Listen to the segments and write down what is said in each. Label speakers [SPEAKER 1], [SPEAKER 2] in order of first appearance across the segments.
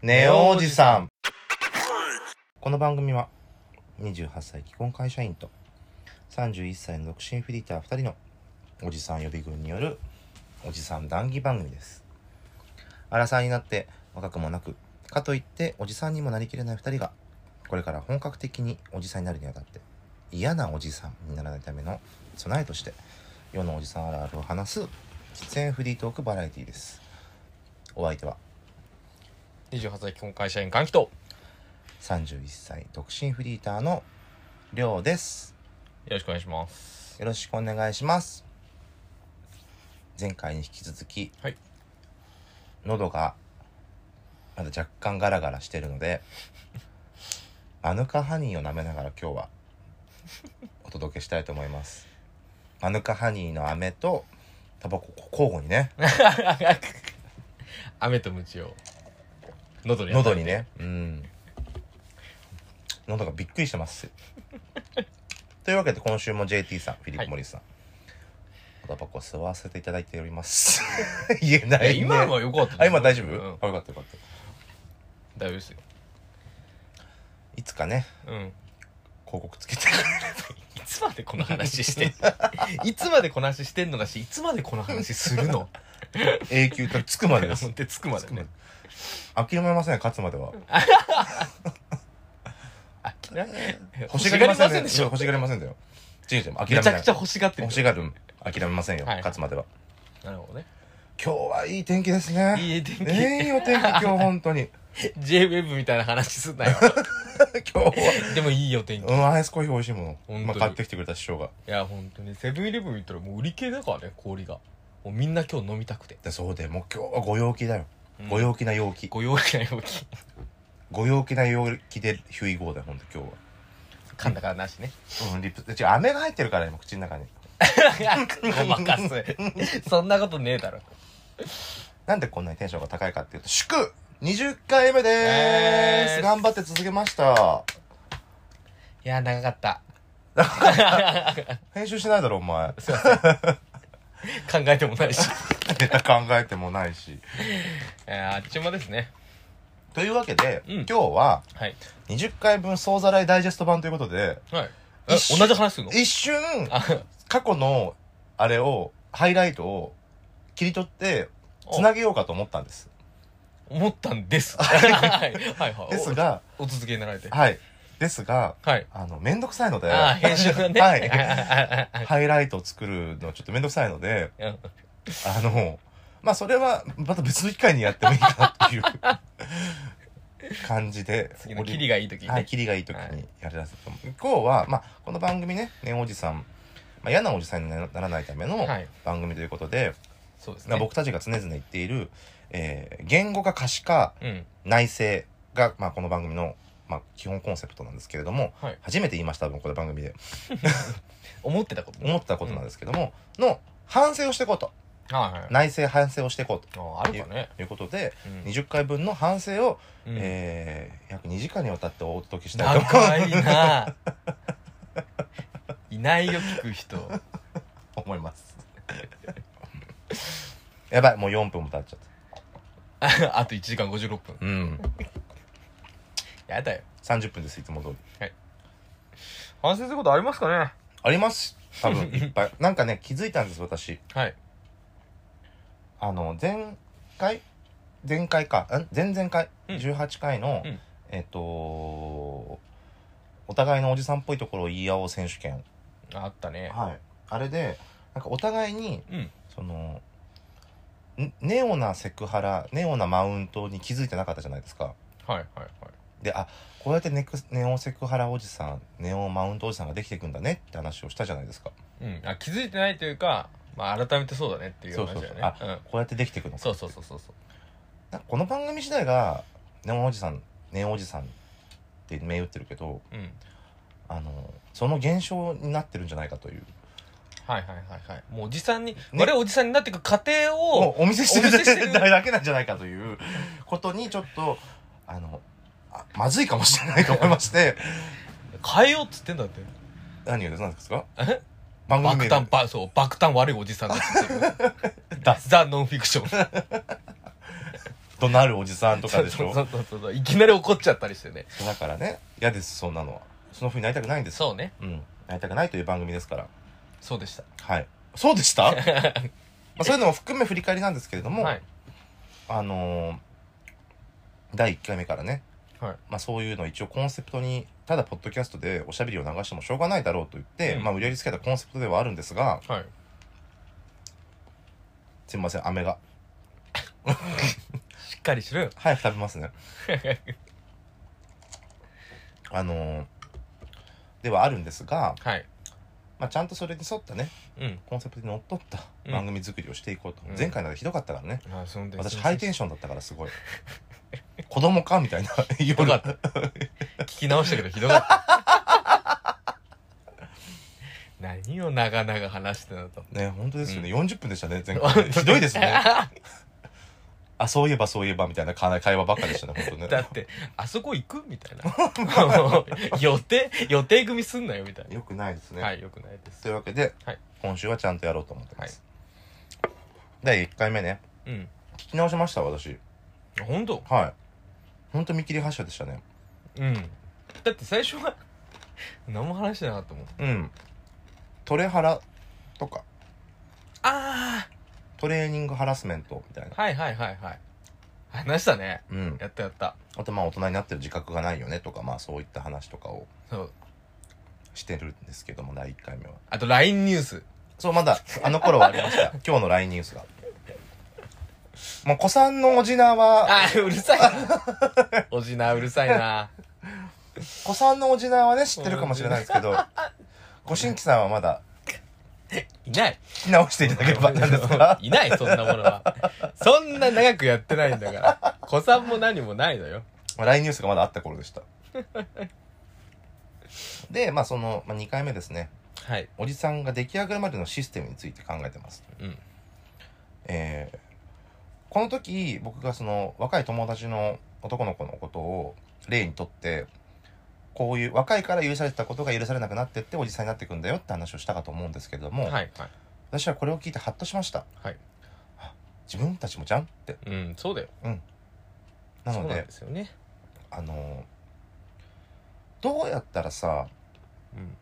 [SPEAKER 1] ネオおじさん。この番組は、28歳既婚会社員と、31歳の独身フリーター2人の、おじさん予備軍による、おじさん談義番組です。荒さになって若くもなく、かといっておじさんにもなりきれない2人が、これから本格的におじさんになるにあたって、嫌なおじさんにならないための備えとして、世のおじさんあるあるを話す、喫煙フリートークバラエティです。お相手は、
[SPEAKER 2] 28歳基本会社員換気とよ
[SPEAKER 1] 31歳独身フリーターのりょうです
[SPEAKER 2] ろしくお願い します
[SPEAKER 1] よろしくお願いします前回に引き続き、
[SPEAKER 2] はい
[SPEAKER 1] 喉がまだ若干ガラガラしてるので マヌカハニーを舐めながら今日はお届けしたいと思いますマヌカハニーの飴とタバコ交互にね
[SPEAKER 2] 雨と鞭を喉に当た
[SPEAKER 1] 喉
[SPEAKER 2] る
[SPEAKER 1] にねうん喉がびっくりしてます というわけで今週も JT さんフィリップ・モリスさん、おタバコ吸わせていただいております 言えないい、
[SPEAKER 2] や
[SPEAKER 1] ね、
[SPEAKER 2] 今のはよかった
[SPEAKER 1] あ今大丈夫、
[SPEAKER 2] うん
[SPEAKER 1] あよかったよかった
[SPEAKER 2] 大丈夫ですよ
[SPEAKER 1] いつかね
[SPEAKER 2] うん
[SPEAKER 1] 広告つけてくれ
[SPEAKER 2] いつまでこの話してんいつまでこの話してんのだしいつまでこの話す るの
[SPEAKER 1] る永久とつくまでです
[SPEAKER 2] 本当につくまでね
[SPEAKER 1] 諦めません勝つまでは
[SPEAKER 2] あきな
[SPEAKER 1] 欲しがりません,、
[SPEAKER 2] でしょ
[SPEAKER 1] 欲しがりませんだよちんちゃん諦めな
[SPEAKER 2] め
[SPEAKER 1] い
[SPEAKER 2] ちゃくちゃ欲しがってる
[SPEAKER 1] 欲しがる諦めませんよ、
[SPEAKER 2] はい
[SPEAKER 1] 勝つまでは
[SPEAKER 2] なるほどね
[SPEAKER 1] 今日はいい天気ですね
[SPEAKER 2] いい天気
[SPEAKER 1] ねいいお天気今日本当に
[SPEAKER 2] JWEB みたいな話すんなよ
[SPEAKER 1] 今日は
[SPEAKER 2] でもいいよ天気い
[SPEAKER 1] うん、アイスコーヒー美味しいも
[SPEAKER 2] 当
[SPEAKER 1] ん。
[SPEAKER 2] に
[SPEAKER 1] まあ、買ってきてくれた師匠が。
[SPEAKER 2] や本当にセブンイレブン行ったらもう売り切れだからね氷がもうみんな今日飲みたくて
[SPEAKER 1] で、そうで、もう今日はご陽気だよ。ご
[SPEAKER 2] うん
[SPEAKER 1] 陽気な陽気。
[SPEAKER 2] ご用意な容器
[SPEAKER 1] ご陽気な陽気でヒュイゴーだよ、ほんと今日
[SPEAKER 2] 噛んだからなしね
[SPEAKER 1] は。うん、リップ、違う、飴が入ってるから、今、口の中に。
[SPEAKER 2] ごまかす。そんなことねえだろ。
[SPEAKER 1] なんでこんなにテンションが高いかっていうと、祝 !20 回目でーす、
[SPEAKER 2] えーす
[SPEAKER 1] 頑張って続けました。
[SPEAKER 2] いや、長かった。
[SPEAKER 1] 編集しないだろ、お前。
[SPEAKER 2] すいません。考えてもない し。
[SPEAKER 1] ネタ考えてもないし。
[SPEAKER 2] えー、あっちゅう間ですね。
[SPEAKER 1] というわけで、
[SPEAKER 2] うん
[SPEAKER 1] 今日は、
[SPEAKER 2] はい。
[SPEAKER 1] 20回分総ざらいダイジェスト版ということで、
[SPEAKER 2] はい。
[SPEAKER 1] え
[SPEAKER 2] 同じ話するの
[SPEAKER 1] 一瞬、
[SPEAKER 2] あ、
[SPEAKER 1] 過去の、あれを、ハイライトを切り取って、つなげようかと思ったんです。
[SPEAKER 2] 思ったんです。 はい。はいはい。
[SPEAKER 1] ですが、
[SPEAKER 2] お、お続けになられて。
[SPEAKER 1] はい。ですが、
[SPEAKER 2] はい。
[SPEAKER 1] あの、めんどくさいので、
[SPEAKER 2] あー、編集が ね。
[SPEAKER 1] はい。ハイライトを作るのちょっとめんどくさいので、
[SPEAKER 2] うん
[SPEAKER 1] あの、まあ、それは、また別の機会にやってもいいかなっていう 感じで、
[SPEAKER 2] 次のキリがいい時ね。
[SPEAKER 1] はい、キリがいい時
[SPEAKER 2] は
[SPEAKER 1] に
[SPEAKER 2] い
[SPEAKER 1] やらせても、向こうは、まあ、この番組ね、ねおじさん、まあ、嫌なおじさんにならないための
[SPEAKER 2] はい。
[SPEAKER 1] 番組ということで、
[SPEAKER 2] そうです
[SPEAKER 1] まあ
[SPEAKER 2] ね。
[SPEAKER 1] 僕たちが常々言っている、えー言語化可視化、
[SPEAKER 2] うん。
[SPEAKER 1] 内政が、まあ、この番組の、まあ、基本コンセプトなんですけれども、
[SPEAKER 2] はい
[SPEAKER 1] 初めて言いました多分この番組で
[SPEAKER 2] 思ってたことね。
[SPEAKER 1] 思ったことなんですけども、の反省をしていこうと
[SPEAKER 2] はいはい。
[SPEAKER 1] 内政反省をしていこう
[SPEAKER 2] あ、あるかね。
[SPEAKER 1] ということで、
[SPEAKER 2] うん
[SPEAKER 1] 20回分の反省を、
[SPEAKER 2] うん
[SPEAKER 1] えー約2時間にわたってお届けしたいと思います
[SPEAKER 2] 長いな いないよ聞く 人
[SPEAKER 1] 思います。 やばいもう4分も経っちゃっ
[SPEAKER 2] あと1時間56分
[SPEAKER 1] た。うん、
[SPEAKER 2] やだよ
[SPEAKER 1] 30分ですいつも通り。
[SPEAKER 2] 反省することありますかね
[SPEAKER 1] あります多分いっ ぱい。なんかね気づいたんです私。
[SPEAKER 2] はい
[SPEAKER 1] あの前回前回かん前々回、
[SPEAKER 2] うん
[SPEAKER 1] 18回の、
[SPEAKER 2] うん
[SPEAKER 1] えっ、とお互いのおじさんっぽいところを言い合おう選手権、
[SPEAKER 2] あったね
[SPEAKER 1] はい、あれでなんかお互いに
[SPEAKER 2] うん
[SPEAKER 1] そのんネオなセクハラネオなマウントに気づいてなかったじゃないですか
[SPEAKER 2] はいはいはい
[SPEAKER 1] であこうやってネクネオセクハラおじさんネオマウントおじさんができていくんだねって話をしたじゃないですか
[SPEAKER 2] うん、あ気づいてないというか、まあ、改めてそうだねっていう話だよね
[SPEAKER 1] そうそうそうこうやってできていくの
[SPEAKER 2] うん、そうそうそうそうそう
[SPEAKER 1] なんかこの番組自体がネオおじさんネオおじさんって銘打ってるけど
[SPEAKER 2] うん
[SPEAKER 1] あのその現象になってるんじゃないかという
[SPEAKER 2] はいはいはいはいもうおじさんに、
[SPEAKER 1] ね
[SPEAKER 2] 我々おじさんになっていく過程を
[SPEAKER 1] おお見せして
[SPEAKER 2] お見せして
[SPEAKER 1] る
[SPEAKER 2] る
[SPEAKER 1] だけなんじゃないかということにちょっとあのあまずいかもしれないと思いまして
[SPEAKER 2] 変えようっつってんだって
[SPEAKER 1] 何がです何ですか
[SPEAKER 2] え
[SPEAKER 1] 番組
[SPEAKER 2] 爆
[SPEAKER 1] 名
[SPEAKER 2] 誕ばそう 爆誕悪いおじさんだっつってるザ・ノンフィクション
[SPEAKER 1] 怒鳴るおじさんとか でし
[SPEAKER 2] そ
[SPEAKER 1] ょ
[SPEAKER 2] うそうそうそういきなり怒っちゃったりしてね
[SPEAKER 1] だからね嫌ですそんなのはそのふうになりたくないんです
[SPEAKER 2] そうね
[SPEAKER 1] うんなりたくないという番組ですから
[SPEAKER 2] そうでした
[SPEAKER 1] はいそうでした まあそういうのも含め振り返りなんですけれども、
[SPEAKER 2] はい
[SPEAKER 1] あのー第1回目からね、
[SPEAKER 2] はい
[SPEAKER 1] まあ、そういうのを一応コンセプトにただポッドキャストでおしゃべりを流してもしょうがないだろうと言って、
[SPEAKER 2] うん
[SPEAKER 1] まあ、無理やりつけたコンセプトではあるんですが
[SPEAKER 2] はい
[SPEAKER 1] すいません飴が
[SPEAKER 2] しっかりしろよ
[SPEAKER 1] 早く食べます ねあのーではあるんですが、
[SPEAKER 2] はい
[SPEAKER 1] まあ、ちゃんとそれに沿ったね
[SPEAKER 2] うん
[SPEAKER 1] コンセプトにのっとった
[SPEAKER 2] うん
[SPEAKER 1] 番組作りをしていこうと、
[SPEAKER 2] うん
[SPEAKER 1] 前回なんてひどかったからね、
[SPEAKER 2] あその点
[SPEAKER 1] 私ハイテンションだったからすごい子供かみたいな 言
[SPEAKER 2] ひどかった 聞き直したけどひどかった 何を長々話してたのと
[SPEAKER 1] ね本当ですよね、40分でしたね前
[SPEAKER 2] 本
[SPEAKER 1] 回
[SPEAKER 2] 当
[SPEAKER 1] ひどいですねあそういえばそういえばみたいな会話ばっかりでしたね本当
[SPEAKER 2] だ
[SPEAKER 1] ね
[SPEAKER 2] ってあそこ行くみたいな もう予定予定組すんなよみたい
[SPEAKER 1] よくないですね、
[SPEAKER 2] なはいよくないです
[SPEAKER 1] というわけで、
[SPEAKER 2] はい
[SPEAKER 1] 今週はちゃんとやろうと思ってます、第1回目ね
[SPEAKER 2] うん
[SPEAKER 1] 聞き直しました私
[SPEAKER 2] 本当
[SPEAKER 1] はい本当見切り発車でしたね
[SPEAKER 2] うんだって最初は何も話してなかったもん
[SPEAKER 1] うんトレハラとか
[SPEAKER 2] あ
[SPEAKER 1] トレーニングハラスメントみたいな
[SPEAKER 2] あはいはいはいはい話したね
[SPEAKER 1] うん
[SPEAKER 2] やったやった
[SPEAKER 1] あとまあ大人になってる自覚がないよねとかまあそういった話とかを
[SPEAKER 2] そう
[SPEAKER 1] してるんですけども第1回目は
[SPEAKER 2] あと LINE ニュース
[SPEAKER 1] そうまだあの頃はありました今日の LINE ニュースがもう子さんのおじなは
[SPEAKER 2] あーうるさいな おじなうるさいな
[SPEAKER 1] 子さんのおじなはね知ってるかもしれないですけどご新規さんはまだ
[SPEAKER 2] いない
[SPEAKER 1] 聞き直していただければなんですが
[SPEAKER 2] いないそんなものはそんな長くやってないんだから子さんも何もないのよ
[SPEAKER 1] LINE ニュースがまだあった頃でしたでまあその、まあ、2回目ですね
[SPEAKER 2] はい
[SPEAKER 1] おじさんが出来上がるまでのシステムについて考えてます
[SPEAKER 2] うん
[SPEAKER 1] えーこの時僕がその若い友達の男の子のことを例にとってこういう若いから許されてたことが許されなくなってっておじさんになっていくんだよって話をしたかと思うんですけれども、
[SPEAKER 2] はいはい
[SPEAKER 1] 私はこれを聞いてハッとしました
[SPEAKER 2] はい
[SPEAKER 1] あ自分たちもじゃんって
[SPEAKER 2] うんそうだよ
[SPEAKER 1] なの
[SPEAKER 2] そうな
[SPEAKER 1] で
[SPEAKER 2] んですよね
[SPEAKER 1] あのーどうやったらさ
[SPEAKER 2] うん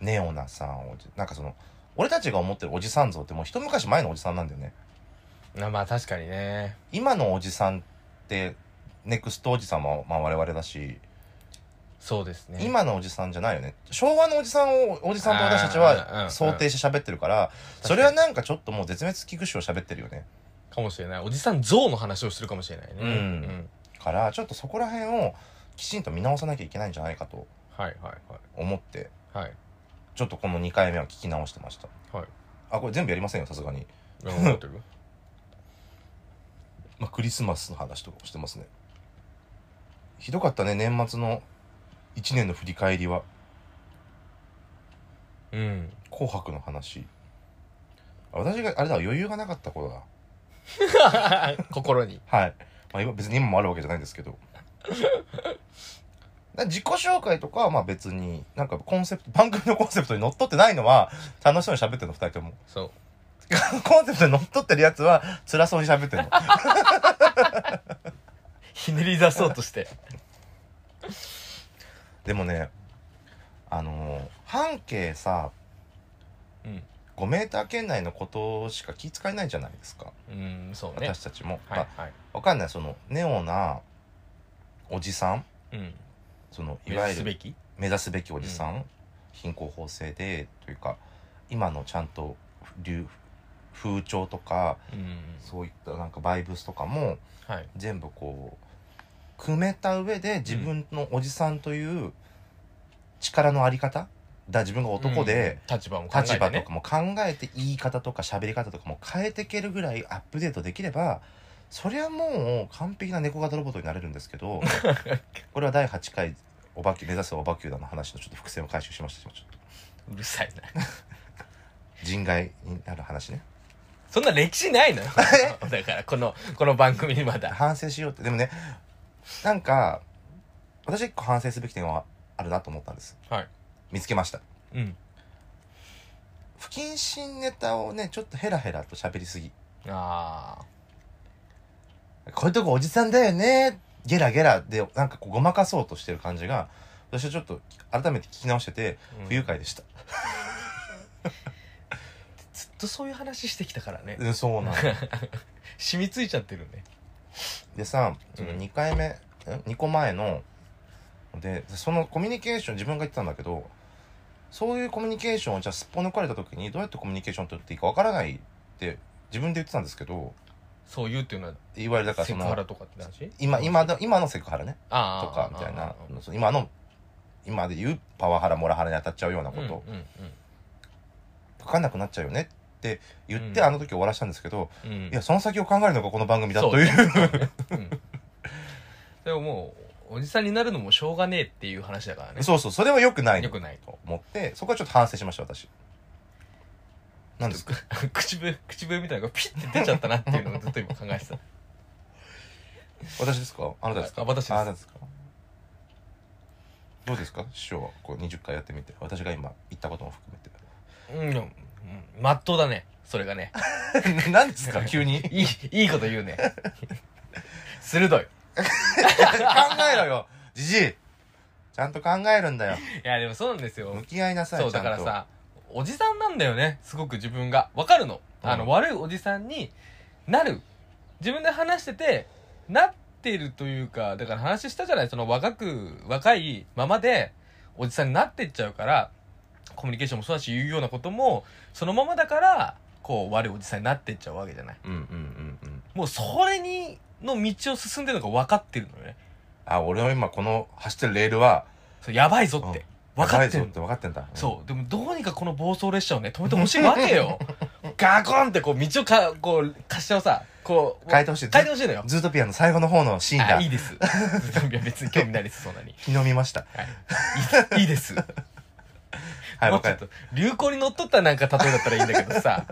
[SPEAKER 1] ネオナさんをなんかその俺たちが思ってるおじさん像ってもう一昔前のおじさんなんだよね
[SPEAKER 2] あまあ確かにね
[SPEAKER 1] 今のおじさんってネクストおじさんも、まあ、我々だし
[SPEAKER 2] そうですね
[SPEAKER 1] 今のおじさんじゃないよね昭和のおじさんをおじさんと私たち
[SPEAKER 2] あーうんう
[SPEAKER 1] は
[SPEAKER 2] ん
[SPEAKER 1] 想定して喋ってるから
[SPEAKER 2] かに
[SPEAKER 1] それはなんかちょっともう絶滅危惧種を喋ってるよね
[SPEAKER 2] かもしれないおじさん像の話をしてるかもしれないね
[SPEAKER 1] うんからちょっとそこら辺をきちんと見直さなきゃいけないんじゃないかと
[SPEAKER 2] はいはい
[SPEAKER 1] 思って
[SPEAKER 2] はいはい
[SPEAKER 1] ちょっとこの2回目は聞き直してました
[SPEAKER 2] はい
[SPEAKER 1] あこれ全部やりませんよさすがに、
[SPEAKER 2] 分かってる
[SPEAKER 1] まあ、クリスマスの話とかもしてますねひどかったね年末の1年の振り返りは
[SPEAKER 2] うん
[SPEAKER 1] 「紅白」の話あ私があれだ余裕がなかった頃だ
[SPEAKER 2] 心に
[SPEAKER 1] はい。まあ、今別に今もあるわけじゃないんですけど。 だ自己紹介とかはまあ別に、なんかコンセプト、番組のコンセプトにのっとってないのは、楽しそうに喋ってるの、二人とも。
[SPEAKER 2] そう
[SPEAKER 1] コンセプトにのっとってるやつは、辛そうに喋ってるの。
[SPEAKER 2] ひねり出そうとして
[SPEAKER 1] でもね、あのー半径さ、
[SPEAKER 2] うん
[SPEAKER 1] 5メーター圏内のことしか気遣えないじゃないですか。
[SPEAKER 2] うんそうね
[SPEAKER 1] 私たちも。
[SPEAKER 2] はい
[SPEAKER 1] まあ
[SPEAKER 2] はい
[SPEAKER 1] わかんない、その、ネオなおじさん、
[SPEAKER 2] うん
[SPEAKER 1] その、い
[SPEAKER 2] 目
[SPEAKER 1] わ
[SPEAKER 2] 指
[SPEAKER 1] ゆ
[SPEAKER 2] す
[SPEAKER 1] る
[SPEAKER 2] べき
[SPEAKER 1] 目指すべきおじさん、貧困法制でというか今のちゃんと流風潮とか
[SPEAKER 2] うん
[SPEAKER 1] そういったなんかバイブスとかも
[SPEAKER 2] はい
[SPEAKER 1] 全部こう組めた上で自分のおじさんという力のあり方だ自分が男で、
[SPEAKER 2] うん立場も考えて
[SPEAKER 1] 立場と
[SPEAKER 2] ね
[SPEAKER 1] かも考えて言い方とか喋り方とかも変えていけるぐらいアップデートできればそりゃもう完璧な猫型ロボットになれるんですけ どこれは第8回おばき目指すおばきゅうだの話のちょっと伏線を回収しましたちょっと
[SPEAKER 2] うるさいな
[SPEAKER 1] 人外になる話ね
[SPEAKER 2] そんな歴史ない のよ。だから、この、この番組にまだ。
[SPEAKER 1] 反省しようってでもねなんか私一個反省すべき点はあるなと思ったんです
[SPEAKER 2] はい。
[SPEAKER 1] 見つけました
[SPEAKER 2] うん。
[SPEAKER 1] 不謹慎ネタをねちょっとヘラヘラと喋りすぎ
[SPEAKER 2] ああ。
[SPEAKER 1] こういうとこおじさんだよねゲラゲラでなんかこうごまかそうとしてる感じが私はちょっと改めて聞き直してて
[SPEAKER 2] うん
[SPEAKER 1] 不愉快でした、
[SPEAKER 2] ずっとそういう話してきたからね
[SPEAKER 1] うんそうなの
[SPEAKER 2] 染みついちゃってるね
[SPEAKER 1] でさその
[SPEAKER 2] うん
[SPEAKER 1] 2回目、ん、2個前のでそのコミュニケーション自分が言ってたんだけどそういうコミュニケーションをじゃあすっぽ抜かれた時にどうやってコミュニケーション取っていいかわからないって自分で言ってたんですけど
[SPEAKER 2] そういうっていうのはい
[SPEAKER 1] わゆるだから
[SPEAKER 2] セ
[SPEAKER 1] そ
[SPEAKER 2] クハ
[SPEAKER 1] の
[SPEAKER 2] ラとかって話
[SPEAKER 1] 今今の今のセクハラね
[SPEAKER 2] あ
[SPEAKER 1] と
[SPEAKER 2] ー
[SPEAKER 1] かみたいな
[SPEAKER 2] あー
[SPEAKER 1] その今の今で言うパワハラモラハラに当たっちゃうような
[SPEAKER 2] あ
[SPEAKER 1] こ
[SPEAKER 2] ー
[SPEAKER 1] と、
[SPEAKER 2] うん
[SPEAKER 1] 分かんなくなっちゃうよねって言って、
[SPEAKER 2] うん
[SPEAKER 1] あの時終わらしたんですけど、
[SPEAKER 2] うんうんうん
[SPEAKER 1] いやその先を考えるのがこの番組だという
[SPEAKER 2] そうね そうねうんでももうおじさんになるのもしょうがねえっていう話だからね
[SPEAKER 1] そうそうそれは良くない
[SPEAKER 2] よ
[SPEAKER 1] の
[SPEAKER 2] くない
[SPEAKER 1] と思ってそこはちょっと反省しました私なんですか
[SPEAKER 2] 口笛口笛みたいなのがピッて出ちゃったなっていうのをずっと今考えてた
[SPEAKER 1] 私ですかあなたですか
[SPEAKER 2] あ私です
[SPEAKER 1] あなたですかどうですか師匠はこう20回やってみて私が今言ったことも含
[SPEAKER 2] うんうんまっとうだねそれがね
[SPEAKER 1] めて 何ですか急に考
[SPEAKER 2] いいいいこと言うね鋭い
[SPEAKER 1] えろよじじいちゃんと考えるんだよ
[SPEAKER 2] いやでもそうなんですよ
[SPEAKER 1] 向き合いなさい
[SPEAKER 2] そう
[SPEAKER 1] ちゃ
[SPEAKER 2] だ
[SPEAKER 1] ん
[SPEAKER 2] か
[SPEAKER 1] と
[SPEAKER 2] らさおじさんなんだよねすごく自分がわかるの,、
[SPEAKER 1] うん
[SPEAKER 2] あの悪いおじさんになる自分で話しててなってるというかだから話したじゃないその若く若いままでおじさんになってっちゃうからコミュニケーションもそうだし言うようなこともそのままだからこう悪いおじさんになってっちゃうわけじゃない
[SPEAKER 1] うんうんうんうん
[SPEAKER 2] もうそれにの道を進んでるのが分かってるのよね
[SPEAKER 1] あ俺は今この走ってるレールは
[SPEAKER 2] それやばいぞって分かって
[SPEAKER 1] やばいぞ
[SPEAKER 2] る
[SPEAKER 1] って分かってんだ
[SPEAKER 2] そう、でもどうにかこの暴走列車をね、止めてほしいわ けよ。ガコンってこう道をか、こう、滑車をさ、こう、
[SPEAKER 1] 変えてほしい
[SPEAKER 2] 変えてほしいのよ
[SPEAKER 1] うん。ズートピアの最後の方のシーン
[SPEAKER 2] あ、
[SPEAKER 1] だ
[SPEAKER 2] いいです。 いや別に興味ないです、そんなに。
[SPEAKER 1] 昨日見ました
[SPEAKER 2] いいいいです。
[SPEAKER 1] はい
[SPEAKER 2] も
[SPEAKER 1] わ
[SPEAKER 2] うち
[SPEAKER 1] か
[SPEAKER 2] ょっ
[SPEAKER 1] る
[SPEAKER 2] と、流行に乗っとったなんか例えだったらいいんだけ どさ、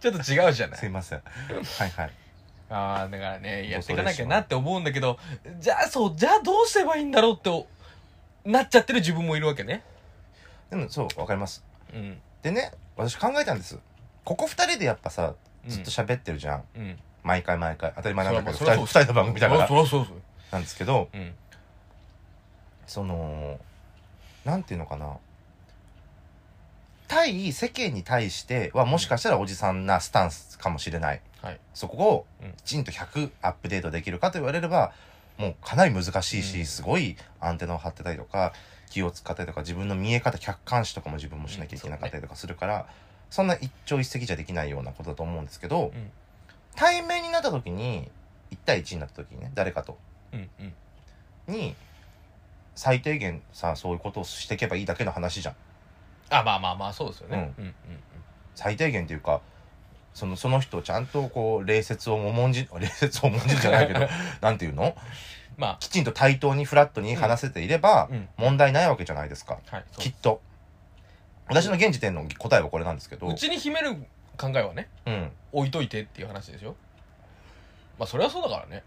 [SPEAKER 2] ちょっと違うじゃな
[SPEAKER 1] すい
[SPEAKER 2] い。
[SPEAKER 1] ませんはいはい
[SPEAKER 2] ああ、だからね、
[SPEAKER 1] 暴
[SPEAKER 2] やっ
[SPEAKER 1] 走
[SPEAKER 2] て
[SPEAKER 1] 列車
[SPEAKER 2] いかなきゃなって思うんだけど、じゃあそう、じゃあどうすればいいんだろうってお、なっちゃってる自分もいるわけね。
[SPEAKER 1] でもそうわかります
[SPEAKER 2] うん。
[SPEAKER 1] でね私考えたんですここ二人でやっぱさずっと喋ってるじゃん、
[SPEAKER 2] うん。
[SPEAKER 1] 毎回毎回当たり前なんだけど
[SPEAKER 2] そ
[SPEAKER 1] 二
[SPEAKER 2] りゃ
[SPEAKER 1] 人
[SPEAKER 2] そう
[SPEAKER 1] 二人の番組だか
[SPEAKER 2] あ
[SPEAKER 1] ら
[SPEAKER 2] そりゃそうそう。
[SPEAKER 1] なんですけど
[SPEAKER 2] うん。
[SPEAKER 1] そのなんていうのかな対世間に対してはもしかしたらおじさんなスタンスかもしれない、
[SPEAKER 2] はい
[SPEAKER 1] そこを
[SPEAKER 2] うん
[SPEAKER 1] きちんと100アップデートできるかと言われればもうかなり難しいし、
[SPEAKER 2] うん
[SPEAKER 1] すごいアンテナを張ってたりとか気を使ったりとか自分の見え方客観視とかも自分もしなきゃいけなかったりとかするから、そんな一朝一夕じゃできないようなことだと思うんですけど、
[SPEAKER 2] うん
[SPEAKER 1] 対面になった時に1対1になった時にね誰かと
[SPEAKER 2] うん。うん。
[SPEAKER 1] に最低限さそういうことをしていけばいいだけの話じゃん
[SPEAKER 2] あまあまあまあそうですよね、うん、うん
[SPEAKER 1] 最低限っていうかそのその人をちゃんとこう礼節を重んじ 礼節を重んじるじゃない けどなんていうの
[SPEAKER 2] ま
[SPEAKER 1] きちんと対等にフラットに話せていれば
[SPEAKER 2] あうん
[SPEAKER 1] 問題ないわけじゃないですか、
[SPEAKER 2] はいそう
[SPEAKER 1] きっと私の現時点の答えはこれなんですけど
[SPEAKER 2] うちに秘める考えはね
[SPEAKER 1] うん
[SPEAKER 2] 置いといてっていう話ですよまあそれはそうだからね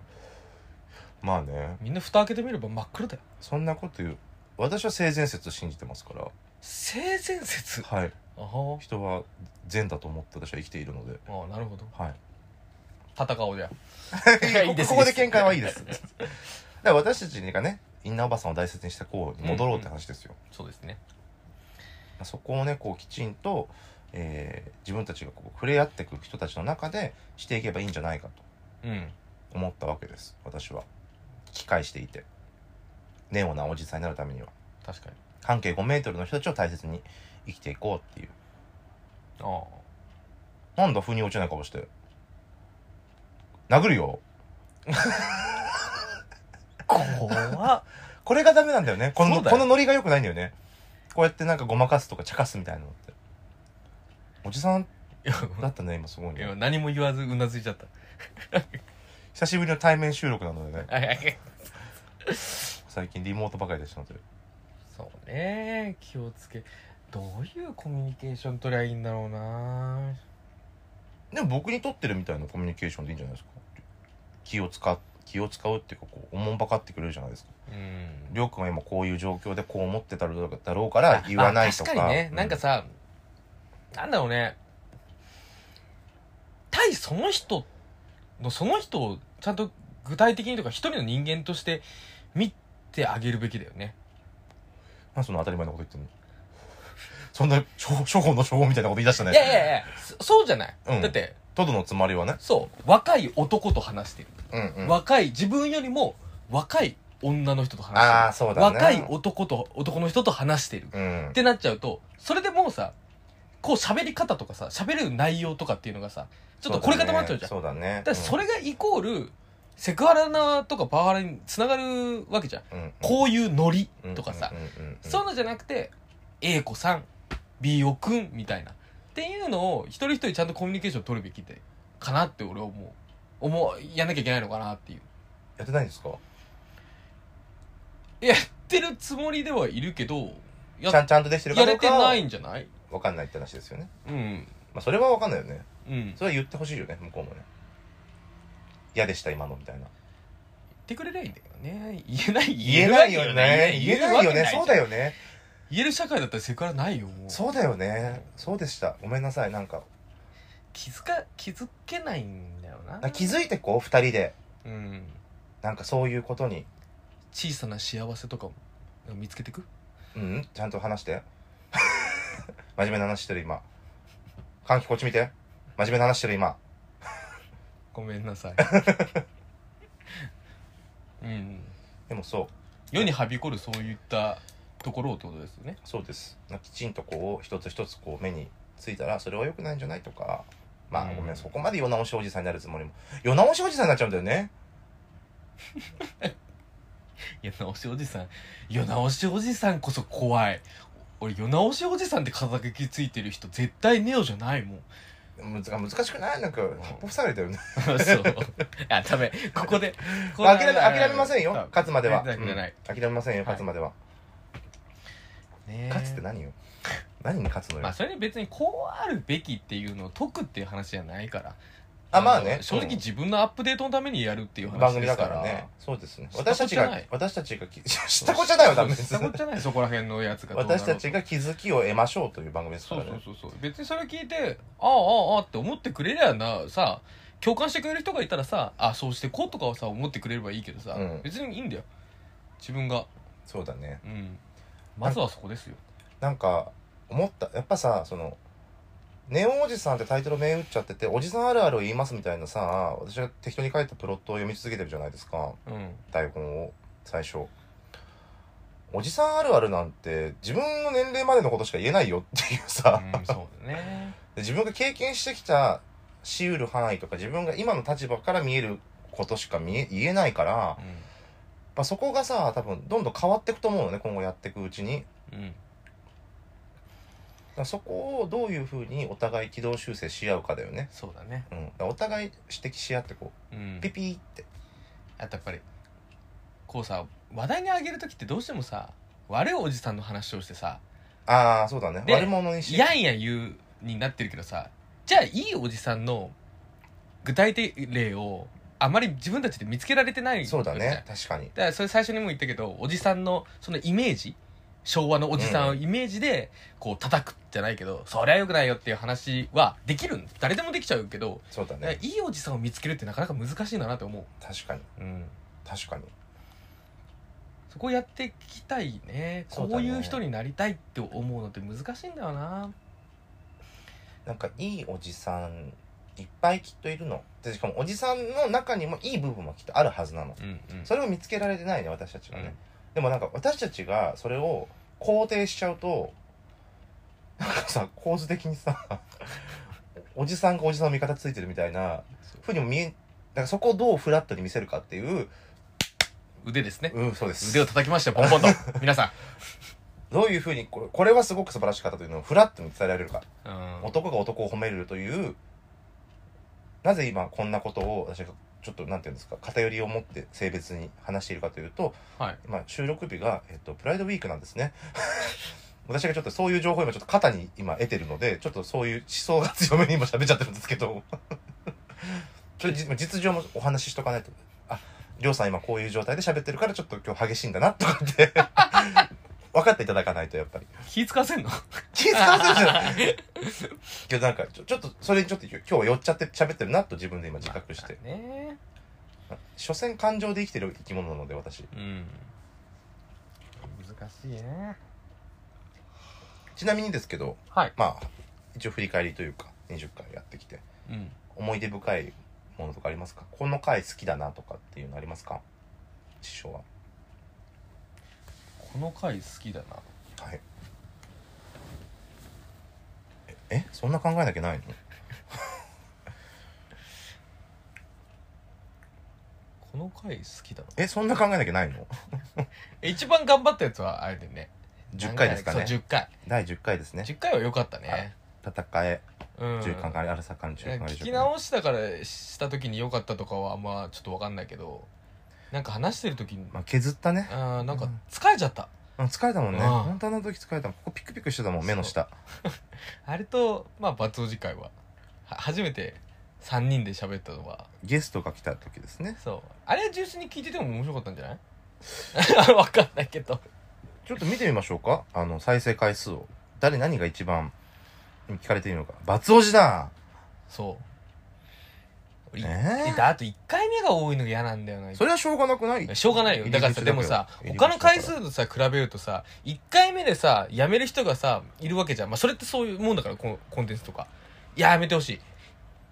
[SPEAKER 1] まあね
[SPEAKER 2] みんな蓋開けてみれば真っ黒だよ
[SPEAKER 1] そんなこと言う私は性善説を信じてますから
[SPEAKER 2] 性善説
[SPEAKER 1] はい
[SPEAKER 2] あー
[SPEAKER 1] 人は善だと思って私は生きているので
[SPEAKER 2] あーなるほど
[SPEAKER 1] はい
[SPEAKER 2] 戦 おうじゃ
[SPEAKER 1] こここで見解はいいです。だから私たちがね、インナーおばさんを大切にした子に戻ろうって話ですよ。
[SPEAKER 2] そうですね
[SPEAKER 1] まあそこをね、こうきちんと、えー自分たちがこう触れ合っていく人たちの中でしていけばいいんじゃないかと
[SPEAKER 2] うん
[SPEAKER 1] 思ったわけです。私は。機会していて。ネオなおじさんになるためには。
[SPEAKER 2] 確かに
[SPEAKER 1] 半径5メートルの人たちを大切に生きていこうっていう。
[SPEAKER 2] あ
[SPEAKER 1] なんだ、腑に落ちない顔して。殴るよ。
[SPEAKER 2] あ怖っ
[SPEAKER 1] これがダメなんだよね。こ
[SPEAKER 2] そ
[SPEAKER 1] の、
[SPEAKER 2] うだ
[SPEAKER 1] こ
[SPEAKER 2] よ
[SPEAKER 1] のノリが良くないんだよね。こうやってなんかごまかすとか茶化すみたいなのって。おじさん
[SPEAKER 2] いや
[SPEAKER 1] だったね、今すごい
[SPEAKER 2] いや
[SPEAKER 1] ね。
[SPEAKER 2] 何も言わずうなずいちゃった
[SPEAKER 1] 久しぶりの対面収録なのでね、
[SPEAKER 2] はいはいはい
[SPEAKER 1] 最近リモートばかりでしたので。
[SPEAKER 2] そうね気をつけどういうコミュニケーション取りゃいいんだろうな
[SPEAKER 1] でも僕にとってるみたいなコミュニケーションでいいんじゃないですか。気を使う、気を使うっていうか、こう、おもんばかってくれるじゃないですか。
[SPEAKER 2] うん
[SPEAKER 1] りょうくんは今こういう状況でこう思ってたろうだろうから言わないとか。
[SPEAKER 2] あ確かにね、
[SPEAKER 1] う
[SPEAKER 2] なんか、さなんだろうね対その人のその人をちゃんと具体的にとか一人の人間として見てあげるべきだよね
[SPEAKER 1] まあその当たり前のこと言ってるのそんな初歩初歩の初歩みたいなこと言い出したね
[SPEAKER 2] いやいやいやそそうじゃない、
[SPEAKER 1] うん
[SPEAKER 2] だって
[SPEAKER 1] トドのつまりはね
[SPEAKER 2] そう若い男と話してる、
[SPEAKER 1] うんうん
[SPEAKER 2] 若い自分よりも若い女の人と話してる
[SPEAKER 1] ああそうだね
[SPEAKER 2] 若い男と男の人と話してる
[SPEAKER 1] うん
[SPEAKER 2] ってなっちゃうとそれでもうさこう喋り方とかさ喋る内容とかっていうのがさちょっとこれ固まっちゃうじゃんだ,、
[SPEAKER 1] そうだね
[SPEAKER 2] からそれがイコールセクハラなとかパワハラにつながるわけじゃん
[SPEAKER 1] うんうん
[SPEAKER 2] こういうノリとかさ、
[SPEAKER 1] うんうんうんうん
[SPEAKER 2] そういうのじゃなくて A 子さん B 子くんみたいなっていうのを一人一人ちゃんとコミュニケーション取るべきでかなって俺は思う思うやんなきゃいけないのかなっていう
[SPEAKER 1] やってないんですか
[SPEAKER 2] やってるつもりではいるけどや
[SPEAKER 1] ちゃんちゃんとできてるか
[SPEAKER 2] や
[SPEAKER 1] ど
[SPEAKER 2] れ
[SPEAKER 1] うか
[SPEAKER 2] て
[SPEAKER 1] は
[SPEAKER 2] ないんじゃない
[SPEAKER 1] わかんないって話ですよね
[SPEAKER 2] うん
[SPEAKER 1] まあそれはわかんないよね
[SPEAKER 2] うん
[SPEAKER 1] それは言ってほしいよね向こうもね嫌でした今のみたいな
[SPEAKER 2] 言ってくれりゃいいんだけどね言えない
[SPEAKER 1] 言えないよね
[SPEAKER 2] 言
[SPEAKER 1] 言え
[SPEAKER 2] える
[SPEAKER 1] ない
[SPEAKER 2] わけ
[SPEAKER 1] よ
[SPEAKER 2] な
[SPEAKER 1] ね
[SPEAKER 2] いじゃん
[SPEAKER 1] そうだよね
[SPEAKER 2] 言える社会だったらセクハラないよもう
[SPEAKER 1] そうだよねそうでしたごめんなさいなんか
[SPEAKER 2] 気づか気づけないんだよな
[SPEAKER 1] なんか気づいてこう二人で
[SPEAKER 2] うん
[SPEAKER 1] なんかそういうことに
[SPEAKER 2] 小さな幸せとかも見つけてく
[SPEAKER 1] うんちゃんと話して 真面目な話してる今歓喜こっち見て真面目な話してる今
[SPEAKER 2] ごめん なさいうん
[SPEAKER 1] でもそう
[SPEAKER 2] 世にはびこるそういったところをってことですよね
[SPEAKER 1] そうですなんかきちんとこう一つ一つこう目についたらそれは良くないんじゃないとかまあ
[SPEAKER 2] うん
[SPEAKER 1] ごめんそこまで世直しおじさんになるつもりも世直しおじさんになっちゃうんだよね
[SPEAKER 2] 世直しおじさん世直しおじさんこそ怖い俺世直しおじさんって肩書きついてる人絶対ネオじゃないもん
[SPEAKER 1] むず難しくないなんか八方塞がれたよね
[SPEAKER 2] そうあダメここでここで
[SPEAKER 1] 諦め諦めませんよ
[SPEAKER 2] あ
[SPEAKER 1] 勝つまでは、
[SPEAKER 2] 諦めない
[SPEAKER 1] うん諦めませんよ
[SPEAKER 2] はい
[SPEAKER 1] 勝つまでは、
[SPEAKER 2] ねえ
[SPEAKER 1] 勝つって何よ何に勝つのよ、
[SPEAKER 2] まあそれに別にこうあるべきっていうのを解くっていう話じゃないから
[SPEAKER 1] あまあ
[SPEAKER 2] の
[SPEAKER 1] ね
[SPEAKER 2] 正直自分のアップデートのためにやるっていう
[SPEAKER 1] うん
[SPEAKER 2] 話
[SPEAKER 1] 番
[SPEAKER 2] で
[SPEAKER 1] 組
[SPEAKER 2] す
[SPEAKER 1] だ
[SPEAKER 2] か
[SPEAKER 1] かららねそうですね
[SPEAKER 2] 知った
[SPEAKER 1] 私た
[SPEAKER 2] こっ
[SPEAKER 1] ち
[SPEAKER 2] ちゃない
[SPEAKER 1] が私たちがき知ったこっちゃないよダメで
[SPEAKER 2] 知っ
[SPEAKER 1] す
[SPEAKER 2] たこっちゃないそこら辺のやつがどうなろう
[SPEAKER 1] 私たちが気づきを得ましょうという番組ですか
[SPEAKER 2] そ
[SPEAKER 1] ら
[SPEAKER 2] うそう
[SPEAKER 1] ね
[SPEAKER 2] そうそう別にそれ聞いてああああああって思ってくれりゃなさ共感してくれる人がいたらさあそうしてこうとかをさ思ってくれればいいけどさ、
[SPEAKER 1] うん
[SPEAKER 2] 別にいいんだよ自分が
[SPEAKER 1] そうだね
[SPEAKER 2] うんまずはそこですよ
[SPEAKER 1] なんか思ったやっぱさその「ネオンおじさん」ってタイトル銘打っちゃってて「おじさんあるあるを言います」みたいなさ私が適当に書いたプロットを読み続けてるじゃないですか
[SPEAKER 2] うん
[SPEAKER 1] 台本を最初おじさんあるあるなんて自分の年齢までのことしか言えないよっていうさ、
[SPEAKER 2] うんそうだね
[SPEAKER 1] で自分が経験してきたしうる範囲とか自分が今の立場から見えることしか見え言えないからやっぱそこがさ多分どんどん変わっていくと思うのね今後やっていくうちに
[SPEAKER 2] うん、うん、
[SPEAKER 1] だからそこをどういうふうにお互い軌道修正し合うかだよね、
[SPEAKER 2] そうだね
[SPEAKER 1] うん、だからお互い指摘し合ってこ
[SPEAKER 2] う
[SPEAKER 1] うんピピーって
[SPEAKER 2] あとやっぱりこうさ話題にあげる時ってどうしてもさ悪いおじさんの話をしてさ
[SPEAKER 1] ああそうだね
[SPEAKER 2] で
[SPEAKER 1] 悪者にし
[SPEAKER 2] やんや言うになってるけどさじゃあいいおじさんの具体的例をあまり自分たちで見つけられてない
[SPEAKER 1] そうだ
[SPEAKER 2] わけじゃん
[SPEAKER 1] ね確かに
[SPEAKER 2] だからそれ最初にも言ったけどおじさんのそのイメージ昭和のおじさんをイメージでこう叩くじゃないけど、そりゃよくないよっていう話はできるん誰でもできちゃうけど、
[SPEAKER 1] そうだ
[SPEAKER 2] だから
[SPEAKER 1] ね
[SPEAKER 2] いいおじさんを見つけるってなかなか難しいんだなって思
[SPEAKER 1] 確かに
[SPEAKER 2] う、うん、
[SPEAKER 1] 確かに
[SPEAKER 2] そこやっていきたいね
[SPEAKER 1] そう
[SPEAKER 2] こ
[SPEAKER 1] だ
[SPEAKER 2] う
[SPEAKER 1] ね
[SPEAKER 2] いう人になりたいって思うのって難しいんだよな
[SPEAKER 1] なんかいいおじさんいっぱいきっといるのでしかもおじさんの中にもいい部分はきっとあるはずなの
[SPEAKER 2] うんうん
[SPEAKER 1] それを見つけられてないね私たちはね、
[SPEAKER 2] うん
[SPEAKER 1] でもなんか私たちがそれを肯定しちゃうとなんかさ構図的にさおじさんがおじさんの味方ついてるみたいなふうにも見えだからそこをどうフラットに見せるかっていう
[SPEAKER 2] 腕ですね
[SPEAKER 1] うんそうです
[SPEAKER 2] 腕を叩きましたよポンポン と皆さ
[SPEAKER 1] どういうふうにこれこれはすごく素晴らしかったというのをフラットに伝えられるか
[SPEAKER 2] ん、うん、
[SPEAKER 1] 男が男を褒めるというなぜ今こんなことを私がちょっとなんていうんですか偏りを持って性別に話しているかというと、
[SPEAKER 2] はい
[SPEAKER 1] まあ、収録日が、えっと、プライドウィークなんですね 私がちょっとそういう情報を今ちょっと肩に今得てるのでちょっとそういう思想が強めに今喋っちゃってるんですけど ちょっと実実情もお話ししとかないとありょうさん今こういう状態で喋ってるからちょっと今日激しいんだなとかって 分かっていただかないとやっぱり
[SPEAKER 2] 気使わせんの
[SPEAKER 1] 気使わせるじゃない けどなんかちょちょっとそれにちょっと今日は寄っちゃって喋ってるなと自分で今自覚して、
[SPEAKER 2] ね
[SPEAKER 1] 所詮感情で生きてる生き物なので私
[SPEAKER 2] うん難しいね
[SPEAKER 1] ちなみにですけど
[SPEAKER 2] はい
[SPEAKER 1] まあ一応振り返りというか20回やってきて
[SPEAKER 2] うん
[SPEAKER 1] 思い出深いものとかありますかこの回好きだなとかっていうのありますか師匠は
[SPEAKER 2] この回好きだな
[SPEAKER 1] はいええそんな考えなきゃないの
[SPEAKER 2] この回好きだな
[SPEAKER 1] えそんな考えなきゃないの
[SPEAKER 2] え一番頑張ったやつはあれでね
[SPEAKER 1] 10回ですかね
[SPEAKER 2] そう10回
[SPEAKER 1] 第10回ですね
[SPEAKER 2] 10回は良かったね、
[SPEAKER 1] 戦え
[SPEAKER 2] うん
[SPEAKER 1] 中間から荒さから中間から
[SPEAKER 2] 聞
[SPEAKER 1] 中
[SPEAKER 2] き
[SPEAKER 1] 間
[SPEAKER 2] 直したからした時に良かったとかはあんまちょっと分かんないけどなんか話してる時に、
[SPEAKER 1] まあ削ったね
[SPEAKER 2] あーなんか疲れちゃった、
[SPEAKER 1] うん疲れたもんね
[SPEAKER 2] うん
[SPEAKER 1] 本当あの時疲れたもんここピクピクしてたもん目の下
[SPEAKER 2] あれとまあ罰お次会はは初めて3人で喋ったのは
[SPEAKER 1] ゲストが来た時ですね
[SPEAKER 2] そうあれ純粋に聞いてても面白かったんじゃない わかんないけど
[SPEAKER 1] ちょっと見てみましょうかあの再生回数を誰何が一番聞かれているのか罰おじだ
[SPEAKER 2] そうい
[SPEAKER 1] えー
[SPEAKER 2] であと1回目が多いのが嫌なんだよな
[SPEAKER 1] それはしょうがなくない
[SPEAKER 2] しょうがないよだからさでもさ他の回数とさ比べるとさ1回目でさ辞める人がさいるわけじゃん、まあ、それってそういうもんだからこのコンテンツとかいややめてほし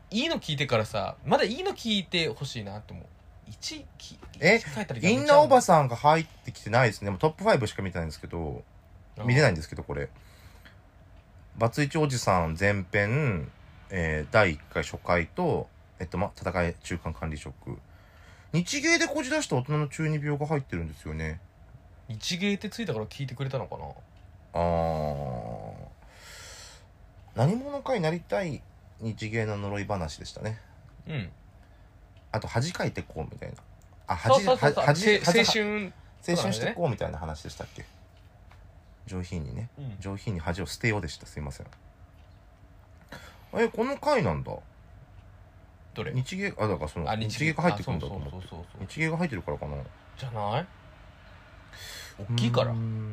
[SPEAKER 2] いいいの聞いてからさまだいいの聞いてほしいなと思う1き
[SPEAKER 1] え
[SPEAKER 2] 一書いたらやめち
[SPEAKER 1] イ
[SPEAKER 2] ゃう
[SPEAKER 1] ンナーおばさんが入ってきてないですねもうトップ5しか見てないんですけど見れないんですけどこれバツイチおじさん前編、えー第1回初回と、えっとま、戦い中間管理職日芸でこじ出した大人の中二病が入ってるんですよね
[SPEAKER 2] 一芸ってついたから聞いてくれたのかな
[SPEAKER 1] あー何者かになりたい日芸の呪い話でしたね
[SPEAKER 2] うん
[SPEAKER 1] あと恥かいてこうみたいなあ
[SPEAKER 2] そ
[SPEAKER 1] 恥
[SPEAKER 2] うそうそう
[SPEAKER 1] 恥
[SPEAKER 2] そう
[SPEAKER 1] 恥
[SPEAKER 2] せ
[SPEAKER 1] 恥
[SPEAKER 2] 青春
[SPEAKER 1] 青春してこうみたいな話でしたっけ上品にね
[SPEAKER 2] うん
[SPEAKER 1] 上品に恥を捨てようでしたすいませんえこの回なんだ
[SPEAKER 2] どれ
[SPEAKER 1] 日芸あだからその
[SPEAKER 2] あ
[SPEAKER 1] 日芸が入ってくるんだと
[SPEAKER 2] あ
[SPEAKER 1] 思
[SPEAKER 2] そううそうそうそう
[SPEAKER 1] 日芸が入ってるからかな
[SPEAKER 2] じゃない大きいから
[SPEAKER 1] うーん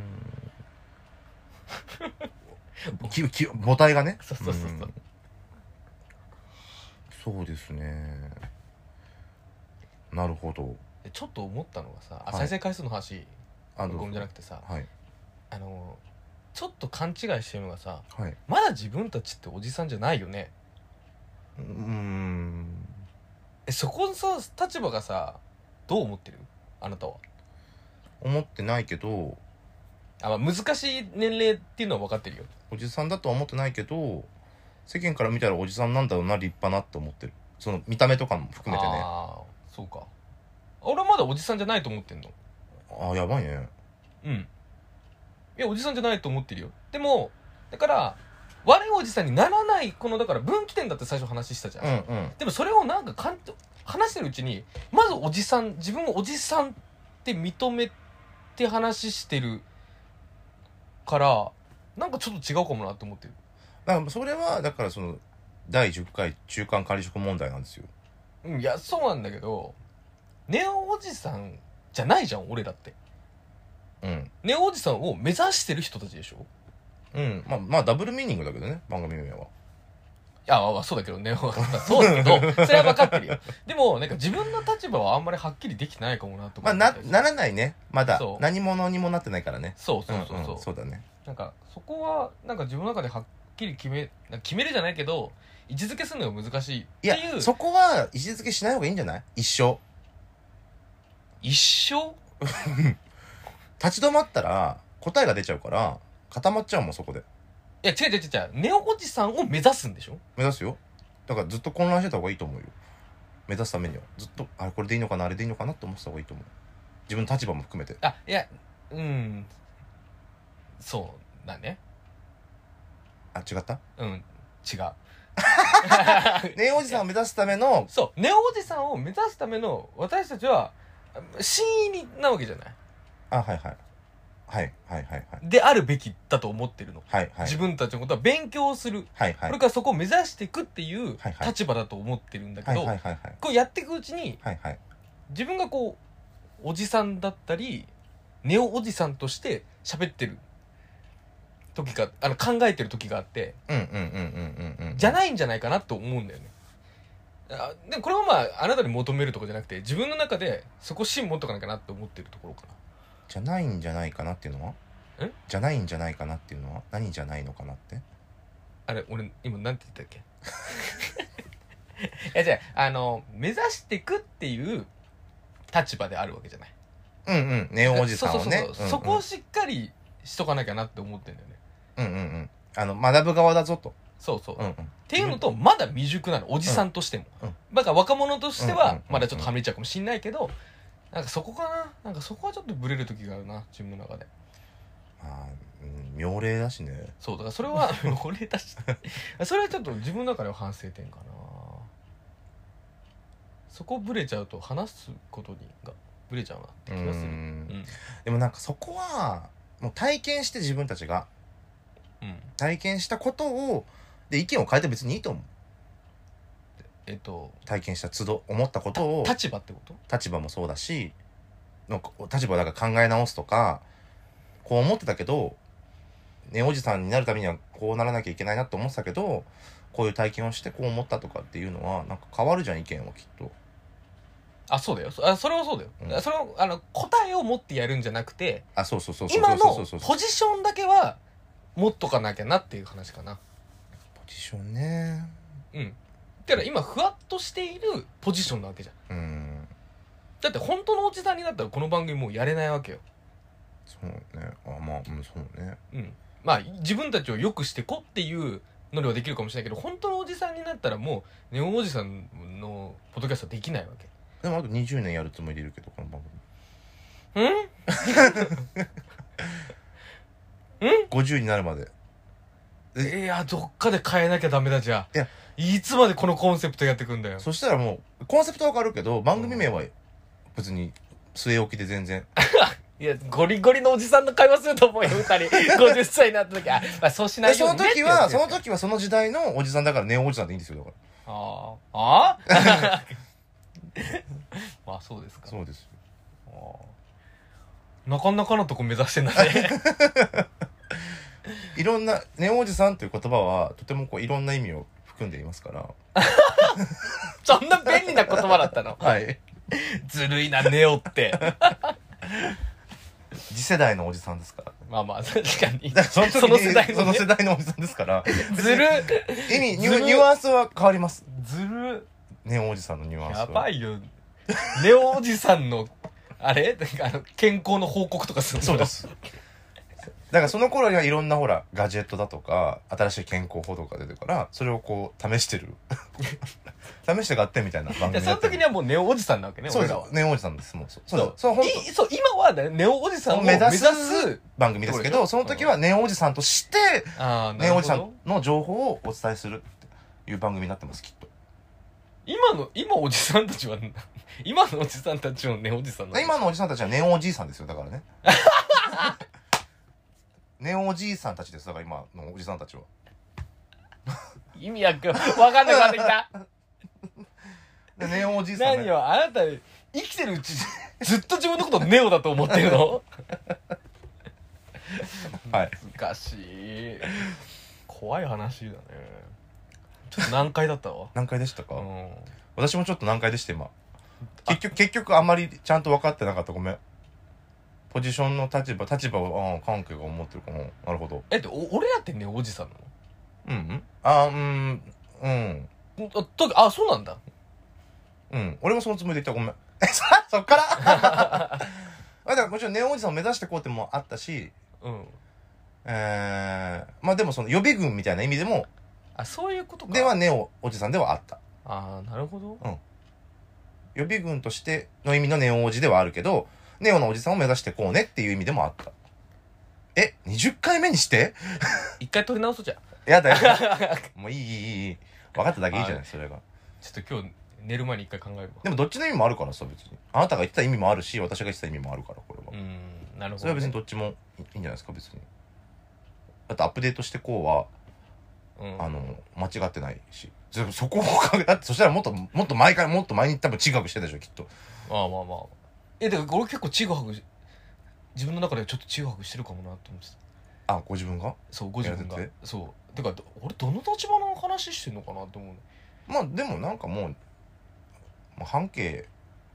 [SPEAKER 1] きき母体がね
[SPEAKER 2] そうそうそうそうん
[SPEAKER 1] そうですねなるほど
[SPEAKER 2] でちょっと思ったのがさ
[SPEAKER 1] は
[SPEAKER 2] あ
[SPEAKER 1] い
[SPEAKER 2] 再生回数の話
[SPEAKER 1] あどうぞ
[SPEAKER 2] 録音じゃなくてさ
[SPEAKER 1] はい
[SPEAKER 2] あのちょっと勘違いしてるのがさ
[SPEAKER 1] はい
[SPEAKER 2] まだ自分たちっておじさんじゃないよね
[SPEAKER 1] うーん
[SPEAKER 2] えそこのさ立場がさどう思ってるあなたは
[SPEAKER 1] 思ってないけど
[SPEAKER 2] あ、まあ、難しい年齢っていうのは分かってるよ
[SPEAKER 1] おじさんだとは思ってないけど世間から見たらおじさんなんだろうな立派なって思ってるその見た目とかも含めてね
[SPEAKER 2] ああそうか俺はまだおじさんじゃないと思ってんの
[SPEAKER 1] ああやばいね
[SPEAKER 2] うんいやおじさんじゃないと思ってるよでもだから悪いおじさんにならないこのだから分岐点だって最初話したじゃん、
[SPEAKER 1] うんうん
[SPEAKER 2] でもそれをなんかかん話してるうちにまずおじさん自分をおじさんって認めて話してるからなんかちょっと違うかもなって思ってる
[SPEAKER 1] だからそれはだからその第10回中間管理職問題なんですよ
[SPEAKER 2] うんいやそうなんだけどネオおじさんじゃないじゃん俺だって
[SPEAKER 1] うん
[SPEAKER 2] ネオおじさんを目指してる人たちでしょ
[SPEAKER 1] うんまあまあダブルミーニングだけどね番組名はい
[SPEAKER 2] や、まあ、そうだけどね。そうだけど、 それは分かってるよ。でも、なんか自分の立場はあんまりはっきりできてないかもなと
[SPEAKER 1] ま
[SPEAKER 2] か
[SPEAKER 1] あ
[SPEAKER 2] 思
[SPEAKER 1] な
[SPEAKER 2] ったりして。
[SPEAKER 1] ならないねまだ
[SPEAKER 2] そう
[SPEAKER 1] 何者にもなってないからね
[SPEAKER 2] そうそうそうそう。
[SPEAKER 1] んんそうだね
[SPEAKER 2] なんか、そこは、なんか自分の中ではっきり決め、なんか決めるじゃないけど、位置づけするのが難しいっ
[SPEAKER 1] い
[SPEAKER 2] てい
[SPEAKER 1] や
[SPEAKER 2] う、
[SPEAKER 1] そこは位置づけしない方がいいんじゃない一生
[SPEAKER 2] 一生
[SPEAKER 1] 立ち止まったら答えが出ちゃうから固まっちゃうもんそこで
[SPEAKER 2] いや、違う違う違う違う。ネオおじさんを目指すんでしょ
[SPEAKER 1] 目指すよだからずっと混乱してた方がいいと思うよ目指すためにはずっとあれこれでいいのかなあれでいいのかなって思ってた方がいいと思う自分の立場も含めて
[SPEAKER 2] あ、いや、うん。そうだね。
[SPEAKER 1] あ違った
[SPEAKER 2] うん、違う。
[SPEAKER 1] ねおじさんを目指すための
[SPEAKER 2] そう、ネオおじさんを目指すための私たちは、真意なわけじゃない
[SPEAKER 1] あはいはいはいはいはいはい
[SPEAKER 2] であるべきだと思ってるの。
[SPEAKER 1] はいはい
[SPEAKER 2] 自分たちのことは勉強する。
[SPEAKER 1] はいはい
[SPEAKER 2] これからそこを目指していくっていう
[SPEAKER 1] はいはい
[SPEAKER 2] 立場だと思ってるんだけ
[SPEAKER 1] はい
[SPEAKER 2] ど、
[SPEAKER 1] はいはいはい
[SPEAKER 2] こうやっていくうちに、
[SPEAKER 1] はいはい
[SPEAKER 2] 自分がこう、おじさんだったり、ネオおじさんとして喋ってる時が、あの、考えてる時があって、
[SPEAKER 1] うんうんうんうんうんうん
[SPEAKER 2] じゃ
[SPEAKER 1] い
[SPEAKER 2] ないんじゃないかなと思うんだよね。あでもこれはまああなたに求めるとかじゃなくて自分の中でそこ芯持っとかなきゃなって思ってるところかな
[SPEAKER 1] じゃないんじゃないかなっていうのは
[SPEAKER 2] え
[SPEAKER 1] じゃないんじゃないかなっていうのは何じゃないのかなって
[SPEAKER 2] あれ俺今なんて言 ったっけいやじゃああの目指していくっていう立場であるわけじゃない
[SPEAKER 1] うんうんネオおじさんをね
[SPEAKER 2] そうそうそうそこ
[SPEAKER 1] うんう
[SPEAKER 2] をしっかりしとかなきゃなって思ってんだよね
[SPEAKER 1] んうんうんうんあの学ぶ側だぞと
[SPEAKER 2] そうそう、
[SPEAKER 1] うん
[SPEAKER 2] っ
[SPEAKER 1] うんって
[SPEAKER 2] いうのとまだ未熟なのおじさんとしても、
[SPEAKER 1] うんうん
[SPEAKER 2] だから若者として
[SPEAKER 1] うんうんうん
[SPEAKER 2] は
[SPEAKER 1] うん
[SPEAKER 2] まだちょっとはみ出ちゃうかもしんないけどなんかそこかななんかそこはちょっとブレる時があるな自分の中で
[SPEAKER 1] あーうん妙齢だしね
[SPEAKER 2] そうだからそれ は俺たちそれはちょっと自分の中では反省点かなそこブレちゃうと話すことにがブレちゃうなって
[SPEAKER 1] う
[SPEAKER 2] 気がするうん
[SPEAKER 1] ん
[SPEAKER 2] うん
[SPEAKER 1] でもなんかそこはもう体験して自分たちが体験したことをで意見を変えて別にいいと思う
[SPEAKER 2] えっと
[SPEAKER 1] 体験した都度思ったことを
[SPEAKER 2] 立場ってこと
[SPEAKER 1] 立場もそうだしなんか立場だから考え直すとかこう思ってたけど、ね、おじさんになるためにはこうならなきゃいけないなと思ってたけどこういう体験をしてこう思ったとかっていうのはなんか変わるじゃん意見はきっと。
[SPEAKER 2] あそうだよそあそれはそうだよ、
[SPEAKER 1] うん
[SPEAKER 2] それをあの答えを持ってやるんじゃなくて
[SPEAKER 1] あそうそうそうそう
[SPEAKER 2] 今
[SPEAKER 1] そう
[SPEAKER 2] の
[SPEAKER 1] そうそう
[SPEAKER 2] ポジションだけは持っとかなきゃなっていう話かな
[SPEAKER 1] ポジションね
[SPEAKER 2] うんだから今ふわっとしているポジションなわけじゃん
[SPEAKER 1] うん
[SPEAKER 2] だって本当のおじさんになったらこの番組もうやれないわけよ
[SPEAKER 1] そうねあまあうんそうね
[SPEAKER 2] うん、まあ自分たちを良くしてこっていうのではできるかもしれないけど本当のおじさんになったらもうネオおじさんのポッドキャストはできないわけ
[SPEAKER 1] でもあと20年やるつもりでいるけどこの番
[SPEAKER 2] うんうん
[SPEAKER 1] 組50になるまでえ
[SPEAKER 2] いやどっかで変えなきゃダメだじゃあ
[SPEAKER 1] いやい
[SPEAKER 2] いつまでこのコンセプトやってくんだよ
[SPEAKER 1] そしたらもうコンセプトは変わるけど番組名は別に据え置きで全然
[SPEAKER 2] いやゴリゴリのおじさんの会話すると思うよ 二人50歳になった時あ、まあ、そうしな
[SPEAKER 1] で
[SPEAKER 2] い
[SPEAKER 1] そ
[SPEAKER 2] よう
[SPEAKER 1] の
[SPEAKER 2] にね
[SPEAKER 1] 時は
[SPEAKER 2] って
[SPEAKER 1] そ
[SPEAKER 2] や
[SPEAKER 1] の
[SPEAKER 2] つですよ
[SPEAKER 1] 時はその時代のおじさんだからネオおじさんでいいんですよだか
[SPEAKER 2] あーああ まあそうですから
[SPEAKER 1] そうです
[SPEAKER 2] なかなかのとこ目指してんだね
[SPEAKER 1] いろんなネオおじさんという言葉はとてもこういろんな意味を含んでいますから
[SPEAKER 2] そんな便利な言葉だったの
[SPEAKER 1] はい
[SPEAKER 2] ずるいな、ネオって。
[SPEAKER 1] 次世代のおじさんですから
[SPEAKER 2] まあまあ、確かに。
[SPEAKER 1] だからそ
[SPEAKER 2] そ
[SPEAKER 1] の
[SPEAKER 2] の
[SPEAKER 1] 時に
[SPEAKER 2] 世代
[SPEAKER 1] そ
[SPEAKER 2] の
[SPEAKER 1] の
[SPEAKER 2] ね
[SPEAKER 1] 世代のおじさんですから
[SPEAKER 2] ずる、
[SPEAKER 1] 意味ニ
[SPEAKER 2] ず
[SPEAKER 1] ュ
[SPEAKER 2] る
[SPEAKER 1] ニュアンスは変わります
[SPEAKER 2] ずる、
[SPEAKER 1] ネオおじさんのニュアンスは
[SPEAKER 2] やばいよ。ネオおじさんの、あれなんかあの、健康の報告とかするの
[SPEAKER 1] そうで。すだからその頃にはいろんなほらガジェットだとか新しい健康法とか出てるからそれをこう試してる 試して買ってみたいな番
[SPEAKER 2] で
[SPEAKER 1] 組
[SPEAKER 2] その時に
[SPEAKER 1] は
[SPEAKER 2] はもうネオおじさんなわけね、
[SPEAKER 1] そう
[SPEAKER 2] 俺
[SPEAKER 1] です
[SPEAKER 2] らは。
[SPEAKER 1] ネオおじさんですもうそうそうですそ
[SPEAKER 2] そ
[SPEAKER 1] うう本
[SPEAKER 2] いそう今はねネオおじさんを
[SPEAKER 1] 目
[SPEAKER 2] 目
[SPEAKER 1] 指
[SPEAKER 2] 指
[SPEAKER 1] す
[SPEAKER 2] す。
[SPEAKER 1] 番組ですけ
[SPEAKER 2] そう
[SPEAKER 1] ど
[SPEAKER 2] でし
[SPEAKER 1] そ
[SPEAKER 2] ょ
[SPEAKER 1] の時はネオおじさんとして
[SPEAKER 2] ああ、な
[SPEAKER 1] ネオ
[SPEAKER 2] るほ
[SPEAKER 1] おじさ
[SPEAKER 2] ど
[SPEAKER 1] ん。の情報をお伝えするっていう番組になってますきっと
[SPEAKER 2] 今の、今おじさんたちは、 今のおじさんたちのネオおじさんなの
[SPEAKER 1] 今のおじさんたちはネオおじいさんですよだからね ネオおじいさんたちですだから今のおじさんたちは
[SPEAKER 2] 意味わかわかんなくなって きた。
[SPEAKER 1] でネオおじいさんが
[SPEAKER 2] 何をあなた生きてるうちずっと自分のことネオだと思ってるの
[SPEAKER 1] はい
[SPEAKER 2] 難しい怖い話だねちょっと難解だったわ
[SPEAKER 1] 何回でしたか、
[SPEAKER 2] うん
[SPEAKER 1] 私もちょっと難解でした今
[SPEAKER 2] あ
[SPEAKER 1] 結局結局あんまりちゃんと分かってなかったごめんポジションの立場立場をああ関係が思ってるかもなるほど
[SPEAKER 2] えってお俺らってネオおじさんな
[SPEAKER 1] うんうんあーうんうん
[SPEAKER 2] のあとあそうなんだ
[SPEAKER 1] うん俺もそのつもりで言ったごめん えそそっから あだからもちろんネオおじさんを目指してこうってもあったし
[SPEAKER 2] うん
[SPEAKER 1] えー、まあでもその予備軍みたいな意味でも
[SPEAKER 2] あそういうことか
[SPEAKER 1] ではネオおじさんではあった
[SPEAKER 2] ああなるほど
[SPEAKER 1] 予備軍としての意味のネオおじではあるけどネオのおじさんを目指してこうねっていう意味でもあったえ20回目にして
[SPEAKER 2] 一回取り直そうじゃん
[SPEAKER 1] やだやだ
[SPEAKER 2] ちょ
[SPEAKER 1] もういいいいいいい分かっただけいいじゃないそれが
[SPEAKER 2] っと今日寝る前に一回考える
[SPEAKER 1] でもどっちの意味もあるからさ別にあなたが言ってた意味もあるし私が言ってた意味もあるからこれ
[SPEAKER 2] わ
[SPEAKER 1] は
[SPEAKER 2] うんなるほど、ね、
[SPEAKER 1] それは別にどっちもいいいんじゃないですか別にだってアップデートしてこうは
[SPEAKER 2] うん
[SPEAKER 1] あの間違ってないしそそこを考えだってそしたらもっともっと毎回もっと前に多分違くしてたでしょきっと
[SPEAKER 2] まあまあまあえだから俺結構ちぐはぐし自分の中でちょっとちぐはぐしてるかもなと思ってた
[SPEAKER 1] あご自分が
[SPEAKER 2] そうご自分が
[SPEAKER 1] いやだって
[SPEAKER 2] そうてかど俺どの立場の話してんのかなと思うの
[SPEAKER 1] まあでもなんかもうまあ、半径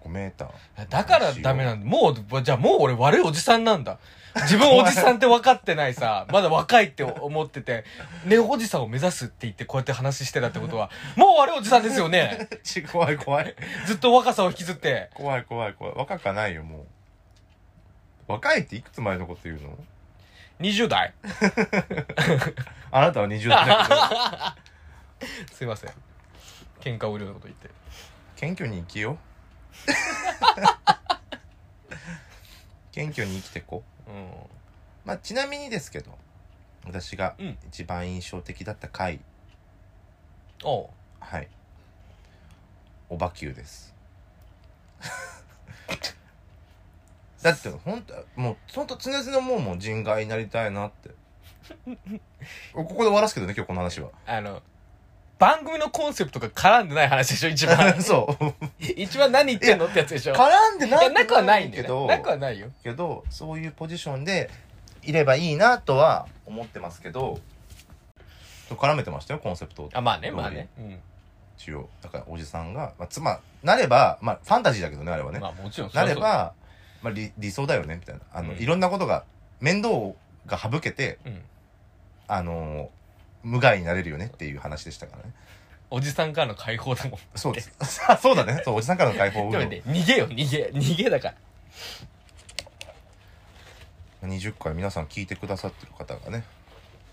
[SPEAKER 1] 5メーター
[SPEAKER 2] だからダメなんだ。もう、じゃあもう俺悪いおじさんなんだ。自分おじさんって分かってない さ、まだ若いって思ってて、ね、おじさんを目指すって言ってこうやって話してたってことは、もう悪いおじさんですよね。
[SPEAKER 1] ち 怖い怖い
[SPEAKER 2] ずっと若さを引きずって。
[SPEAKER 1] 怖い怖い怖い若くはないよもう若いっていくつ前のこと言うの
[SPEAKER 2] 20代。
[SPEAKER 1] あなたは20代だけど
[SPEAKER 2] すいません。喧嘩を売るようなこと言って。
[SPEAKER 1] 謙虚に生きよう 謙虚に生きてこう、
[SPEAKER 2] う
[SPEAKER 1] まあ、ちなみにですけど私が
[SPEAKER 2] うん
[SPEAKER 1] 一番印象的だった回、
[SPEAKER 2] ん。おう
[SPEAKER 1] はいおばきゅうです だって本当もう本当常々もうもう人外になりたいなって ここで終わらすけどね今日この話は。
[SPEAKER 2] あの、番組のコンセプトが絡んでない話でしょ、一番
[SPEAKER 1] そう
[SPEAKER 2] 一番何言ってんのってやつでしょ。い
[SPEAKER 1] 絡んでな
[SPEAKER 2] や、
[SPEAKER 1] い
[SPEAKER 2] なくはないんだ
[SPEAKER 1] け
[SPEAKER 2] よ、
[SPEAKER 1] ど
[SPEAKER 2] ね。なくはないよ。
[SPEAKER 1] けどそういうポジションでいればいいなとは思ってますけど絡めてましたよコンセプトを
[SPEAKER 2] あ、まあね、まあね。うん。
[SPEAKER 1] 一応だからおじさんが、まあ、妻なれば、まあ、ファンタジーだけどねあれはね、
[SPEAKER 2] まあもちろん
[SPEAKER 1] なれば、まあ、理理想だよねみたいなあの、
[SPEAKER 2] うん
[SPEAKER 1] いろんなことが面倒が省けて
[SPEAKER 2] そりゃそうだうん
[SPEAKER 1] あのー無害になれるよねっていう話でしたからね
[SPEAKER 2] おじさんからの解放だもん
[SPEAKER 1] そうですあ そうだねそうおじさんからの解放を
[SPEAKER 2] でもね逃げよ逃げ逃げだから
[SPEAKER 1] 20回皆さん聞いてくださってる方がね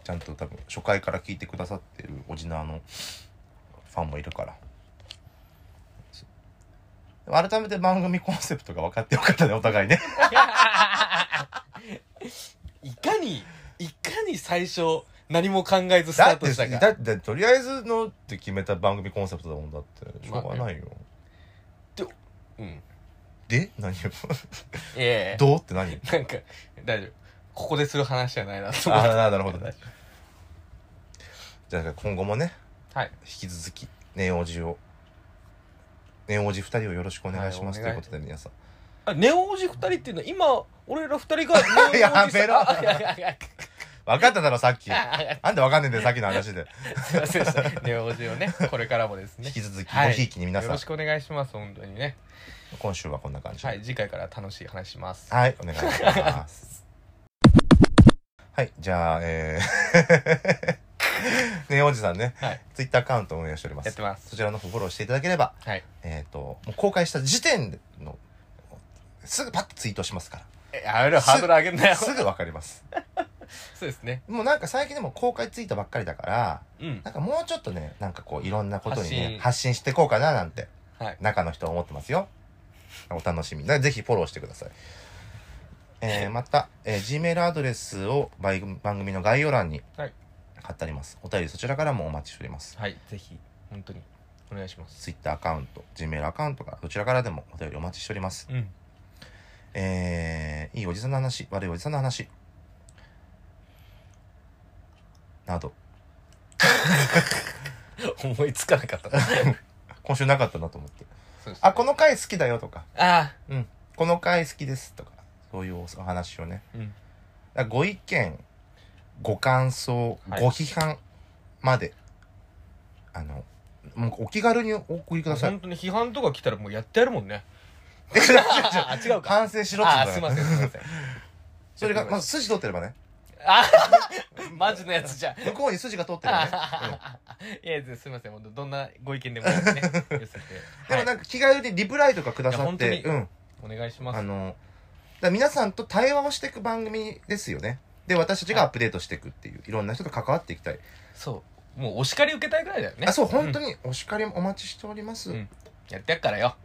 [SPEAKER 1] ちゃんと多分初回から聞いてくださってるオジナーのファンもいるからそう改めて番組コンセプトが分かってよかったねお互いね
[SPEAKER 2] いかにいかに最初何も考えずスタ
[SPEAKER 1] だっ
[SPEAKER 2] ート
[SPEAKER 1] て
[SPEAKER 2] したか
[SPEAKER 1] だってとりあえずのって決めた番組コンセプトだもんだってしょうがないよ、
[SPEAKER 2] うん
[SPEAKER 1] で何よ
[SPEAKER 2] ええ
[SPEAKER 1] どうって何
[SPEAKER 2] なんか大丈夫ここでする話じゃないなと思って
[SPEAKER 1] ああなるほどねじゃあ今後もね
[SPEAKER 2] はい
[SPEAKER 1] 引き続きネオジをネオジ2人をよろしくお願いします、
[SPEAKER 2] はいお願い
[SPEAKER 1] ということで皆さん
[SPEAKER 2] あネオおじ二人っていうのは今俺ら二人がネオおじ
[SPEAKER 1] やめろ
[SPEAKER 2] あい やいやい や
[SPEAKER 1] 分かっただろさっきな
[SPEAKER 2] あ
[SPEAKER 1] んで分かんねえんだよさっきの話で
[SPEAKER 2] すいませんでしたネオおじをねこれからもです
[SPEAKER 1] 引
[SPEAKER 2] ね
[SPEAKER 1] き続きご
[SPEAKER 2] はい
[SPEAKER 1] ひいきに皆
[SPEAKER 2] よ
[SPEAKER 1] さん、
[SPEAKER 2] ろしくお願いします本当にね
[SPEAKER 1] 今週はこんな感じ
[SPEAKER 2] は
[SPEAKER 1] はい、
[SPEAKER 2] い次回から楽しい話します
[SPEAKER 1] お願いします はいじゃあえ ーネオおじさんね、
[SPEAKER 2] はい
[SPEAKER 1] ツイッターアカウントを運営しておりま
[SPEAKER 2] やっ
[SPEAKER 1] す
[SPEAKER 2] てます
[SPEAKER 1] そちらの方フォローしていただければ
[SPEAKER 2] はい
[SPEAKER 1] えっ、ともう公開した時点のすぐパッとツイートしますか
[SPEAKER 2] えやめろハードル上げんな
[SPEAKER 1] ら
[SPEAKER 2] よ
[SPEAKER 1] す
[SPEAKER 2] そう
[SPEAKER 1] ぐ分かります
[SPEAKER 2] ですね
[SPEAKER 1] もうなんか最近でも公開ツイートばっかりだから
[SPEAKER 2] うん
[SPEAKER 1] なんかもうちょっとねなんかこういろんなことにね
[SPEAKER 2] 発
[SPEAKER 1] 発信し
[SPEAKER 2] 信
[SPEAKER 1] ていこうかななんて
[SPEAKER 2] はい
[SPEAKER 1] 中の人は思ってますよお楽しみだからぜひフォローしてください、えーまた、えー Gmail アドレスを番組番組の概要欄に
[SPEAKER 2] はい
[SPEAKER 1] 貼ってあります、お便りそちらからもお待ちしております
[SPEAKER 2] はいぜひ本当にお願いします
[SPEAKER 1] ツイッターアカウント Gmail アカウントからどちらからでもお便りお待ちしております
[SPEAKER 2] うん
[SPEAKER 1] えーいいおじさんの話悪いおじさんの話など
[SPEAKER 2] 思いつかなかった
[SPEAKER 1] 今週なかったなと思って
[SPEAKER 2] そうです
[SPEAKER 1] あこの回好きだよとか
[SPEAKER 2] あ
[SPEAKER 1] この回好きですとかそういうお話をね
[SPEAKER 2] ーうん
[SPEAKER 1] だからご意見ご感想
[SPEAKER 2] はい
[SPEAKER 1] ご批判まで、あのもうお気軽にお送りください
[SPEAKER 2] 本当に批判とか来たらもうやってやるもんね あ違うか
[SPEAKER 1] 完成しろって
[SPEAKER 2] あ
[SPEAKER 1] 言
[SPEAKER 2] ー
[SPEAKER 1] った
[SPEAKER 2] すい
[SPEAKER 1] から
[SPEAKER 2] ませんすいません
[SPEAKER 1] それがまず筋通ってればね
[SPEAKER 2] あマジのやつじゃん
[SPEAKER 1] 向こうに筋が通ってればね、うん
[SPEAKER 2] いやすいません本当どんなご意見でもいいんでね寄せて
[SPEAKER 1] でも
[SPEAKER 2] は
[SPEAKER 1] ないんか気軽にリプライとかくださ
[SPEAKER 2] いや
[SPEAKER 1] っ
[SPEAKER 2] 本当
[SPEAKER 1] て
[SPEAKER 2] に
[SPEAKER 1] うん
[SPEAKER 2] お願いしま
[SPEAKER 1] あ
[SPEAKER 2] す
[SPEAKER 1] のだから皆さんと対話をしていく番組ですよねで私たちがアップデートしていくっていういろんな人と関わっていきたい
[SPEAKER 2] そうもうお叱り受けたいぐらいだよね
[SPEAKER 1] あそう本当
[SPEAKER 2] ん
[SPEAKER 1] にお叱りもお待ちしております、
[SPEAKER 2] うんやってやっからよ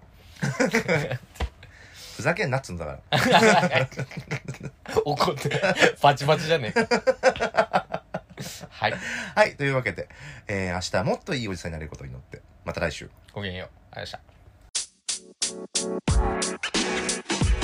[SPEAKER 1] ふざけんなっつうんだから
[SPEAKER 2] 怒ってバチバチじゃねえかはい
[SPEAKER 1] はいというわけで、えー明日はもっといいおじさんになれることを祈ってまた来週
[SPEAKER 2] ごきげんようありがとうございました